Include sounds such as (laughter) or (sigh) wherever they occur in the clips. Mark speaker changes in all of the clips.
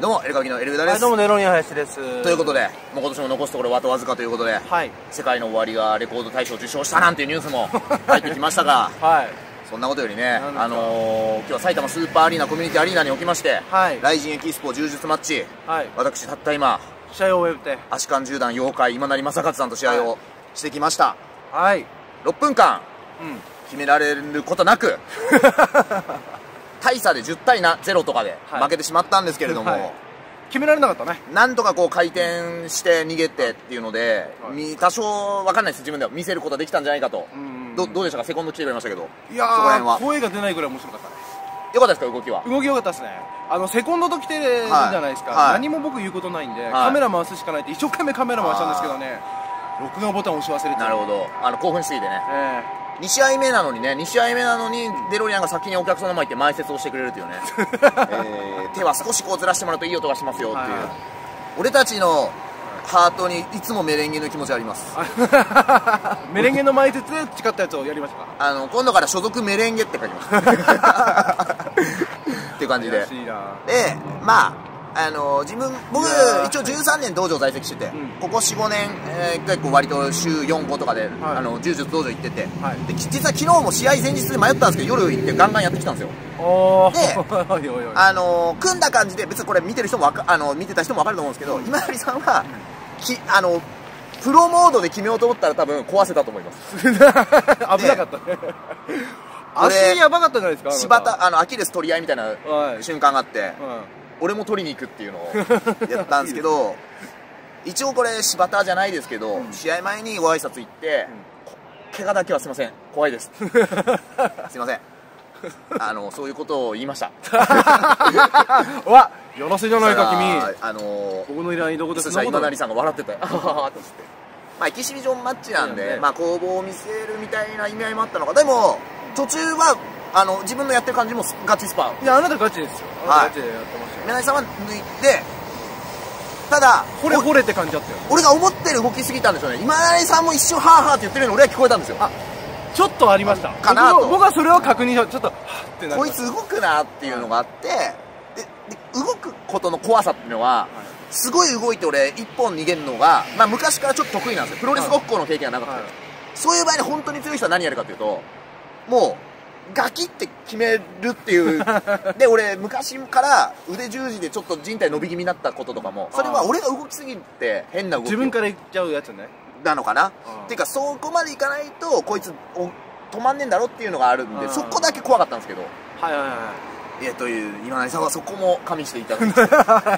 Speaker 1: どうも、エルカキのエルベダで
Speaker 2: はい、
Speaker 1: す。
Speaker 2: どうもネロニア林です
Speaker 1: ということで、もう今年も残すところあとわずかということで、
Speaker 2: はい
Speaker 1: 世界の終わりがレコード大賞受賞したなんていうニュースも
Speaker 2: (laughs)
Speaker 1: 入ってきましたが、
Speaker 2: はい
Speaker 1: そんなことよりね、
Speaker 2: なんだ
Speaker 1: あのー、今日は埼玉スーパーアリーナコミュニティアリーナにおきまして、
Speaker 2: はい
Speaker 1: ライジンエキスポ柔術マッチ、
Speaker 2: はい
Speaker 1: 私たった今、
Speaker 2: 試合を終えて
Speaker 1: アシカン銃団妖怪今成正和さんと試合
Speaker 2: は
Speaker 1: をしてきました。
Speaker 2: はい
Speaker 1: 6分間、
Speaker 2: うん
Speaker 1: 決められることな
Speaker 2: (laughs)
Speaker 1: く大差で10対な0とかで
Speaker 2: はい
Speaker 1: 負けてしまったんですけれども、
Speaker 2: はい決められなかったね
Speaker 1: なんとかこう回転して逃げてっていうので、
Speaker 2: はい
Speaker 1: み多少わかんないです自分では見せることはできたんじゃないかと、
Speaker 2: うんうんうん
Speaker 1: どどうでしたかセコンド来てくれましたけど
Speaker 2: いや
Speaker 1: そこら辺は
Speaker 2: ー声が出ないぐらい面白かったね
Speaker 1: よかったですか動きは
Speaker 2: 動き良かったですねあのセコンドと来てるじゃないですか、
Speaker 1: はい
Speaker 2: 何も僕言うことないんで、カメラ回すしかないって一生懸命カメラ回したんですけどね録画ボタン押し忘れて
Speaker 1: なるほどあの興奮しすぎてね
Speaker 2: え
Speaker 1: 2試合目なのにね2試合目なのにデロリアンが先にお客さんの前行って前説をしてくれる
Speaker 2: (laughs)
Speaker 1: というね、えー手は少しこうずらしてもらうといい音がしますよっていう、
Speaker 2: はいはい
Speaker 1: 俺たちのハートにいつもメレンゲの気持ちあります
Speaker 2: えメレンゲの前説で誓ったやつをやりましたか
Speaker 1: あの今度から所属メレンゲって書き
Speaker 2: (laughs)
Speaker 1: ますっていう感じで
Speaker 2: 悔しいな
Speaker 1: でまああの自分僕
Speaker 2: いやー
Speaker 1: 一応13年道場在籍してて、
Speaker 2: ん
Speaker 1: ここ45年、えー結構割と週4個とかで、
Speaker 2: はい
Speaker 1: あの柔術道場行ってて、
Speaker 2: はい
Speaker 1: で実は昨日も試合前日で迷ったんですけど夜行ってガンガンやってきたんですよ
Speaker 2: お
Speaker 1: で
Speaker 2: ー (laughs) おいおいおい
Speaker 1: あの組んだ感じで別にこれ見てる人もわかあの見てた人も分かると思うんですけど、今成さんはきあのプロモードで決めようと思ったら多分壊せたと思います
Speaker 2: 危なかったね (laughs) 足やばかったじゃないですかあなた
Speaker 1: 柴田あのアキレス取り合いみたいな
Speaker 2: はい
Speaker 1: 瞬間があって
Speaker 2: うん
Speaker 1: 俺も取りに行くっていうのをやったんですけ (laughs) ど一応これ柴田じゃないですけど、試合前にご挨拶行って、こ怪我だけはすいません怖 (laughs) いですすいません (laughs) あのそういうことを言いました
Speaker 2: う (laughs) わよろしいじゃないか
Speaker 1: だからあの
Speaker 2: 君僕の依頼どこで
Speaker 1: そ
Speaker 2: す
Speaker 1: した
Speaker 2: か
Speaker 1: ら今成さんが笑ってたよあはははって言って (laughs) まあエキシビジョンマッチなん
Speaker 2: そう
Speaker 1: で、
Speaker 2: だよね
Speaker 1: まあ、攻防を見せるみたいな意味合いもあったのかでも途中はあの自分のやってる感じもスガチスパ
Speaker 2: いやあなたガチですよあなたガチでやってましたよ
Speaker 1: 柳さんは抜いてただ
Speaker 2: 惚れ惚れって感じだったよ
Speaker 1: 俺が思ってる動きすぎたんでしょうね今成さんも一瞬ハーハーって言ってるのに俺は聞こえたんですよあ
Speaker 2: ちょっとありました
Speaker 1: かなと
Speaker 2: 僕も僕はそれを確認したちょっとはぁってなり
Speaker 1: こ
Speaker 2: ま
Speaker 1: い
Speaker 2: し
Speaker 1: つ動くなっていうのがあってでで動くことの怖さっていうのはすごい動いて俺一本逃げるのが、まあ、昔からちょっと得意なんですよプロレスごっこの経験がなかった
Speaker 2: は
Speaker 1: ん
Speaker 2: い
Speaker 1: ですよそういう場合に本当に強い人は何やるかというともうガキって決めるっていう
Speaker 2: (laughs)
Speaker 1: で俺昔から腕十字でちょっと人体伸び気味になったこととかもそれは俺が動きすぎて変な動きを
Speaker 2: 自分から行っちゃうやつね
Speaker 1: なのかな、
Speaker 2: うん
Speaker 1: ていうかそこまでいかないとこいつお止まんねえんだろっていうのがあるんで、
Speaker 2: うん
Speaker 1: そこだけ怖かったんですけど
Speaker 2: はいはいはい
Speaker 1: えという今成さんはそこも加味していただ (laughs) き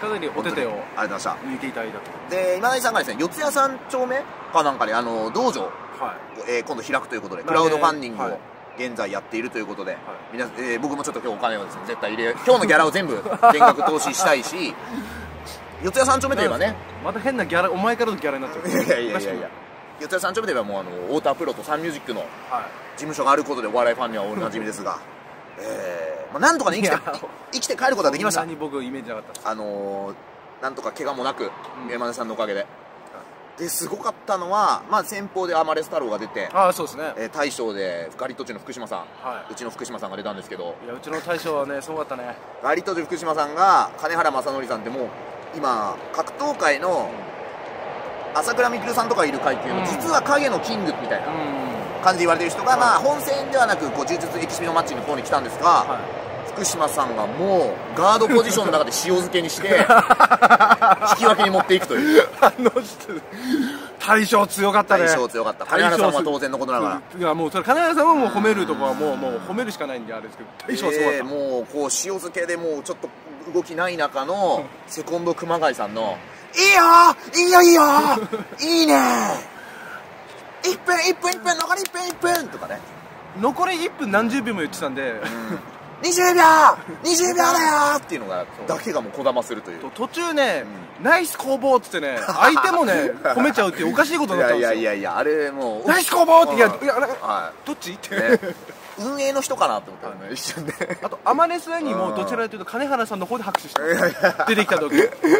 Speaker 2: かなりお手手を
Speaker 1: ありがとうございました
Speaker 2: 抜いていただいたと
Speaker 1: で今成さんがですね四谷三丁目かなんかであの道場を、
Speaker 2: はい
Speaker 1: えー今度開くということで
Speaker 2: 来年
Speaker 1: クラウドファンディング
Speaker 2: は
Speaker 1: を
Speaker 2: い
Speaker 1: 現在やっているということで、皆さんえー僕もちょっと今日お金をですね絶対入れ (laughs) 今日のギャラを全部全額投資したいし四谷三丁目といえばね
Speaker 2: また変なギャラお前からのギャラになっちゃ
Speaker 1: (laughs)
Speaker 2: う
Speaker 1: いやいやいやいやいや四谷三丁目といえばもうあの太田プロとサンミュージックの
Speaker 2: は
Speaker 1: 事務所があることでお笑いファンにはおなじみですが、えーまあ、なんとかね生きて
Speaker 2: いや
Speaker 1: 生きて帰ることがで
Speaker 2: い
Speaker 1: きました
Speaker 2: そんなに僕イメージなかったです
Speaker 1: あのーなんとか怪我もなく
Speaker 2: うん
Speaker 1: 山根さんのおかげで、ですごかったのは、まあ、先方でアマレス太郎が出て、
Speaker 2: ああそうですね
Speaker 1: えー大将でガリットチュの福島さん、
Speaker 2: はいう
Speaker 1: ちの福島さんが出たんですけど
Speaker 2: いやうちの大将はねすごかったね
Speaker 1: ガリットチュ福島さんが金原正則さんってもう今格闘界の朝倉未来さんとかいる階級の、
Speaker 2: うん
Speaker 1: 実は影のキングみたいな
Speaker 2: うん
Speaker 1: 感じで言われてる人が、まあ、本戦ではなくこう柔術エキシビのマッチの方に来たんですが、
Speaker 2: はい (laughs)
Speaker 1: 福島さんがもうガードポジションの中で塩漬けにして (laughs) 引き分けに持っていくという
Speaker 2: あの人、大将強かったね。
Speaker 1: 大将強かった金原さんは当然のことながら
Speaker 2: ら。いや、もうそれ、金原さんはもう褒めるとこはもう、もう褒めるしかないんで、あれですけど、大将はすごかっ
Speaker 1: えー
Speaker 2: た。
Speaker 1: もうこう塩漬けでもうちょっと動きない中のセコンド熊谷さんの「いいよいいよいいよいいね1分1分1分残り1分1分」とかね
Speaker 2: 残り1分何十秒も言ってたんで、
Speaker 1: 「20秒20秒だよ!」っていうのがだけがもうこだまするという
Speaker 2: 途中ね、ナイス攻防っつってね、相
Speaker 1: (laughs)
Speaker 2: 手もね、褒めちゃうっていうおかしいこと
Speaker 1: い
Speaker 2: にな
Speaker 1: や
Speaker 2: ったん
Speaker 1: い
Speaker 2: です
Speaker 1: や
Speaker 2: よ。
Speaker 1: いやいやあれもう
Speaker 2: ナイス攻防って、いや、いや、なんか
Speaker 1: は
Speaker 2: どっちって
Speaker 1: い、。ね、運営の人かなと思ったよね一瞬で
Speaker 2: あと、アマネスにも、どちらかというと、金原さんの方で拍手した。出てき
Speaker 1: (laughs)
Speaker 2: た時。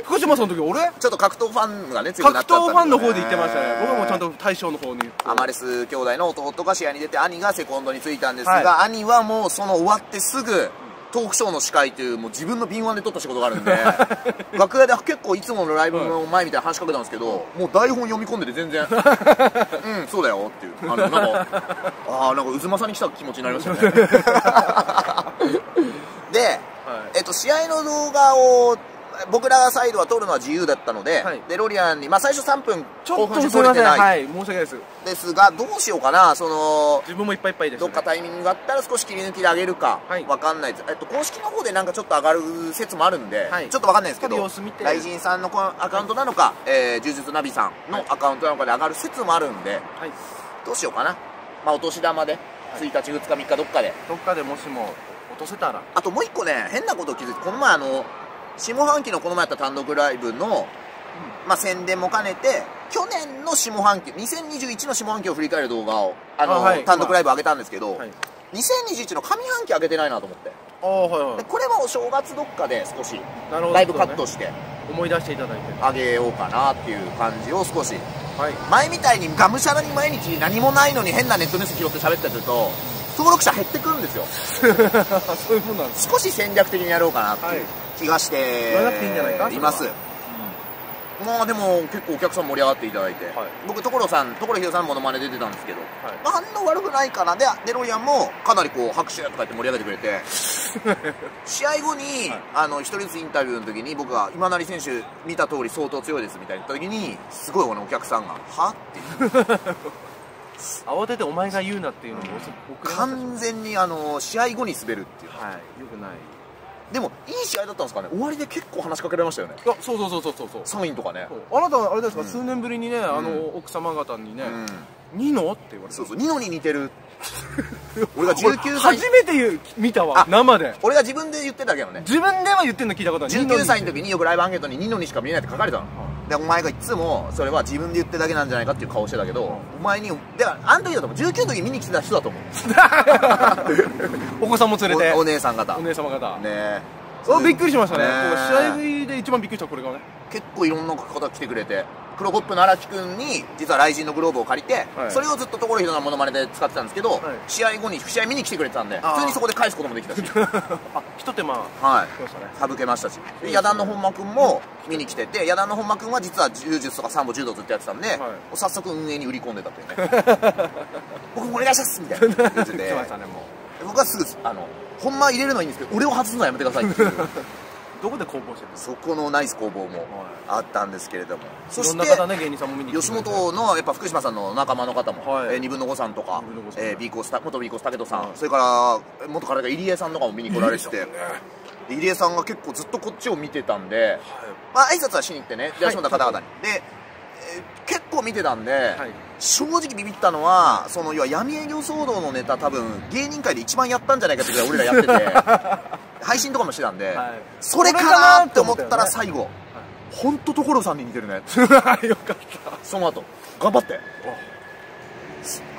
Speaker 2: 福島さんの時、俺
Speaker 1: ちょっと格闘ファンがね強く
Speaker 2: 格
Speaker 1: なっちゃったん
Speaker 2: 闘
Speaker 1: で
Speaker 2: ファンの方で言ってましたね。僕はもうちゃん
Speaker 1: と
Speaker 2: と大将の方に言って。
Speaker 1: アマレス兄弟の弟が試合に出て兄がセコンドについたんですが、
Speaker 2: は
Speaker 1: 兄はもうその終わってすぐトークショーの司会というもう自分の敏腕で取った仕事がある
Speaker 2: (laughs)
Speaker 1: んで楽屋で結構いつものライブの前みたいな話しかけたんですけど、もう台本読み込んでて全
Speaker 2: (laughs)
Speaker 1: 然うんそうだよっていうあのなんかああなんかうずまさに来た気持ちになりましたよね
Speaker 2: (laughs)
Speaker 1: で、
Speaker 2: はい
Speaker 1: えっと、試合の動画を僕らサイドは撮るのは自由だったので、
Speaker 2: はい
Speaker 1: デロリアンに、まあ、最初3分
Speaker 2: ちょ
Speaker 1: 興
Speaker 2: っ
Speaker 1: 奮
Speaker 2: と
Speaker 1: し
Speaker 2: す
Speaker 1: て
Speaker 2: み
Speaker 1: 撮れ
Speaker 2: ませ
Speaker 1: て
Speaker 2: ん
Speaker 1: ない
Speaker 2: はい申し訳ないです
Speaker 1: ですがどうしようかなその
Speaker 2: 自分もいっぱいいっぱいです
Speaker 1: どっかタイミングがあったら少し切り抜きで上げるか
Speaker 2: はい
Speaker 1: わかんないです、えっと、公式の方でなんかちょっと上がる説もあるんで、
Speaker 2: はい
Speaker 1: ちょっとわかんないですけど
Speaker 2: ちょっと様子見て
Speaker 1: 雷神さんのこのアカウントなのか、えー柔術ナビさんのアカウントなのかで上がる説もあるんで
Speaker 2: はい
Speaker 1: どうしようかな、まあ、お年玉で1日2日3日どっかで
Speaker 2: どっかでもしも落とせたら
Speaker 1: あともう一個ね変なことを気づいてこの前あの下半期のこの前やった単独ライブの、まあ、宣伝も兼ねて去年の下半期2021の下半期を振り返る動画をあの
Speaker 2: あはい
Speaker 1: 単独ライブ上げたんですけど、
Speaker 2: はい
Speaker 1: 2021の上半期上げてないなと思って
Speaker 2: ああはいは
Speaker 1: でこれもお正月どっかで少し
Speaker 2: いなるほど
Speaker 1: ライブカットして
Speaker 2: 思い出していただいて
Speaker 1: 上げようかなっていう感じを少し
Speaker 2: はい
Speaker 1: 前みたいにがむしゃらに毎日何もないのに変なネットニュース拾って喋ったりすると登録者減ってくるんですよ
Speaker 2: そういうもんなんです
Speaker 1: 少し戦略的にやろうかなっていう気がして
Speaker 2: 言わなくていいんじゃないかそれはい
Speaker 1: ますまあでも結構お客さん盛り上がっていただいて、
Speaker 2: はい
Speaker 1: 僕所さん所ひろさんのモノマネ出てたんですけど、
Speaker 2: い
Speaker 1: まあ、反応悪くないかなでデロリアンもかなりこう拍手とか言って盛り上げてくれ
Speaker 2: (laughs)
Speaker 1: て試合後に、
Speaker 2: はい
Speaker 1: あの一人ずつインタビューの時に僕が今成選手見た通り相当強いですみたいに言った時にすごいこのお客さんが「は?」っていう
Speaker 2: 慌ててお前が言うなっていうのも遅く遅れましたし
Speaker 1: 完全にあの試合後に滑るっていう
Speaker 2: はいよくない
Speaker 1: でもいい試合だったんですかね終わりで結構話しかけられましたよね
Speaker 2: あそうそうそうそうそうそう
Speaker 1: サインとかね
Speaker 2: そうあなたはあれですか、
Speaker 1: うん
Speaker 2: 数年ぶりにねあの奥様方にね
Speaker 1: うん
Speaker 2: 「ニノ?」って言われて
Speaker 1: そうそうニノに似て
Speaker 2: (laughs)
Speaker 1: る俺が
Speaker 2: 俺
Speaker 1: 19歳
Speaker 2: 初めて言う見たわ
Speaker 1: あ
Speaker 2: 生で
Speaker 1: 俺が自分で言ってたけどね
Speaker 2: 自分では言ってんの聞いたことない
Speaker 1: 19歳の
Speaker 2: 時
Speaker 1: 時によくライブアンケートに「ニノにしか見えない」って書かれたの、でお前がいつもそれは自分で言ってるだけなんじゃないかっていう顔してたけど、お前にだからあの時だと思う19の時見に来てた人だと思う
Speaker 2: お子さんも連れて
Speaker 1: おお姉さん方
Speaker 2: お
Speaker 1: ね
Speaker 2: 姉様方
Speaker 1: え
Speaker 2: あびっくりしましたね
Speaker 1: ねえ
Speaker 2: こう試合で一番びっくりしたこれがね
Speaker 1: 結構いろんな方来てくれて黒ポップの荒木君に実は雷神のグローブを借りて、
Speaker 2: はい
Speaker 1: それをずっと所ひろのモノマネで使ってたんですけど、
Speaker 2: い
Speaker 1: 試合後に試合見に来てくれてたんで
Speaker 2: あー
Speaker 1: 普通にそこで返すこともでき
Speaker 2: (laughs)
Speaker 1: たし
Speaker 2: あひと手間
Speaker 1: はい
Speaker 2: 来ましたね
Speaker 1: 省けましたしで矢田の本間君も見に来てて矢田の本間君は実は柔術とか三歩柔道ずっとやってたんで、
Speaker 2: い
Speaker 1: 早速運営に売り込んでたというね
Speaker 2: (laughs)
Speaker 1: 僕もお願いしますみたいな言ってて
Speaker 2: 来ましたねも
Speaker 1: 僕はすぐあの本間入れるのはいいんですけど俺を外すのはやめてくださいっていう
Speaker 2: うどこで攻防してるんです
Speaker 1: そこのナイス攻防もあったんですけれどもそ
Speaker 2: かいろ
Speaker 1: して
Speaker 2: んな方ね芸人さんも見に来
Speaker 1: (laughs)
Speaker 2: て
Speaker 1: 吉
Speaker 2: くれて
Speaker 1: 本のやっぱ福島さんの仲間の方も、
Speaker 2: はい
Speaker 1: えー、2分の5さんとか
Speaker 2: 二分の五さん
Speaker 1: えー、B コースた元 B コース武人さん、
Speaker 2: はい
Speaker 1: それからえー元彼が入江さんとかも見に来られててで入江さんが結構ずっとこっちを見てたんで、まあ挨拶はしに行ってねで
Speaker 2: はい
Speaker 1: 吉本の方々に、で、えー結構見てたんで、
Speaker 2: はい
Speaker 1: 正直ビビったのはその要は闇営業騒動のネタ多分芸人界で一番やったんじゃないかってぐらい俺らやって
Speaker 2: (laughs)
Speaker 1: て配信とかもしてたんで、
Speaker 2: はい
Speaker 1: それかなって思った
Speaker 2: それか
Speaker 1: ら
Speaker 2: なって
Speaker 1: 最後本当、とこ所さんに似てるね
Speaker 2: はいよかった
Speaker 1: その後頑張って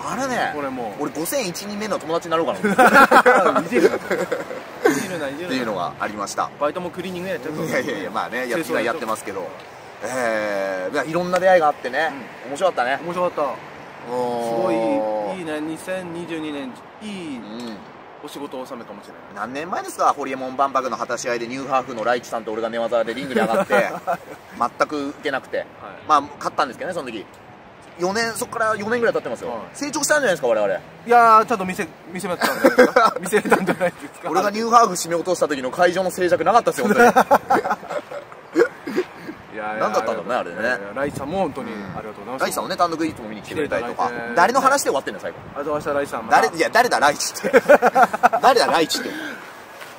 Speaker 1: あれね
Speaker 2: これもう
Speaker 1: 俺5001人目の友達になろうかな
Speaker 2: (laughs)
Speaker 1: っ
Speaker 2: いじるないじるないじ
Speaker 1: ていう
Speaker 2: るな
Speaker 1: のがありました
Speaker 2: バイトもクリーニングやっちゃうから
Speaker 1: いやいやいやまあねや
Speaker 2: 清
Speaker 1: っ
Speaker 2: 掃
Speaker 1: 今やってますけどえー、いやいろんな出会いがあってね、面白かったね
Speaker 2: 面白かった
Speaker 1: す
Speaker 2: すごいいいね2022年いい
Speaker 1: うん
Speaker 2: お仕事を収めかもしれない
Speaker 1: 何年前ですかホリエモン万博の果たし合いでニューハーフのライチさんと俺が寝技でリングに上がって
Speaker 2: (laughs)
Speaker 1: 全く受けなくて、まあ勝ったんですけどねその時4年そこから4年ぐらい経ってますよ、
Speaker 2: はい
Speaker 1: 成長したんじゃないですか我々
Speaker 2: いやーちゃんと見せ見せまったんじゃないですか見せれたんじゃないですか
Speaker 1: 俺がニューハーフ締め落とした時の会場の静寂なかったですよ本当に
Speaker 2: いやいや
Speaker 1: 何だったんだろうねあれね
Speaker 2: いやいやライチさんも本当にありがとうございます
Speaker 1: ライチさんもね単独いつも見に来てくれたりとか
Speaker 2: 来ていただいて
Speaker 1: 誰の話で終わってんの最後
Speaker 2: ありがとうございましたライチさんまた
Speaker 1: 誰いや誰だライチって (laughs) 誰だライチって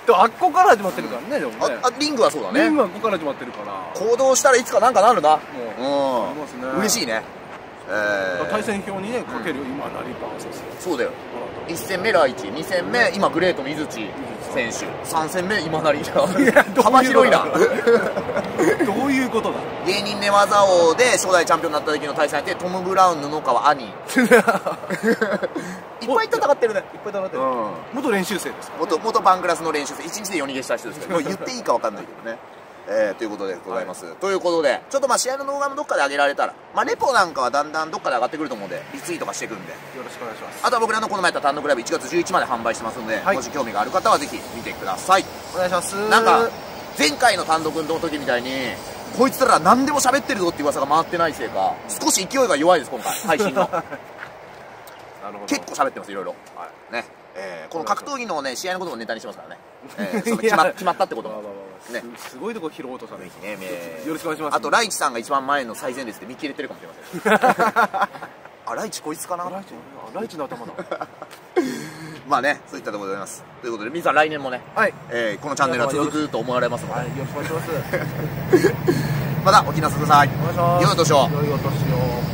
Speaker 2: でもあっこから始まってるからねでもね
Speaker 1: ああリングはそうだ
Speaker 2: リン
Speaker 1: ね
Speaker 2: グはここから始まってるから
Speaker 1: 行動したらいつかなんかなるな
Speaker 2: もうありますね
Speaker 1: うん嬉しいねえー
Speaker 2: 対戦表にねかける今成田選
Speaker 1: そうだよ
Speaker 2: 手
Speaker 1: 1戦目ライチ2戦目今グレート水内選手3戦目今成
Speaker 2: やどういうこと
Speaker 1: 幅広いな
Speaker 2: どういうこと
Speaker 1: (laughs)
Speaker 2: だ
Speaker 1: 芸人寝技王で初代チャンピオンになった時の対戦相手トム・ブラウン布川 (laughs) 兄いっぱい戦ってるね
Speaker 2: いっぱい戦って
Speaker 1: う
Speaker 2: る
Speaker 1: ん
Speaker 2: 元練習生ですか
Speaker 1: 元元バンクラスの練習生1日で夜逃げした人ですけどもう言っていいか分かんないけどね (laughs) えーということでございます、ということでちょっとまあ試合の動画もどっかで上げられたらまあレポなんかはだんだんどっかで上がってくると思うんでリツイートがしてくるんで
Speaker 2: よろしくお願いします
Speaker 1: あとは僕らのこの前やった単独ライブ1月11まで販売してますので、
Speaker 2: はい
Speaker 1: もし興味がある方はぜひ見てください
Speaker 2: お願いします
Speaker 1: なんか前回の単独の時みたいにこいつら何でも喋ってるぞって噂が回ってないせいか少し勢いが弱いです今
Speaker 2: (laughs)
Speaker 1: 回配信の
Speaker 2: なるほど
Speaker 1: 結構喋ってますいろいろ
Speaker 2: はい
Speaker 1: ねえーこの格闘技のね試合のこともネタにしてますからね、え
Speaker 2: (laughs)
Speaker 1: ーその決ま決まったってこと
Speaker 2: まあ
Speaker 1: も
Speaker 2: まあまあまあ
Speaker 1: ね
Speaker 2: すすごいとこ拾おうとされる
Speaker 1: ねえー
Speaker 2: よろしくお願いします
Speaker 1: あとライチさんが一番前の最前列で見切れてるかもしれません
Speaker 2: (laughs)
Speaker 1: あライチこいつか
Speaker 2: あラ
Speaker 1: な
Speaker 2: イチあライチの頭だ
Speaker 1: まあねそういったところでございますということで皆さん来年もね、
Speaker 2: はい
Speaker 1: えーこのチャンネルは続くと思われますので
Speaker 2: はいよろしくお願いします
Speaker 1: またお気になさってください
Speaker 2: お願いします
Speaker 1: 良いお年を
Speaker 2: 良いお年を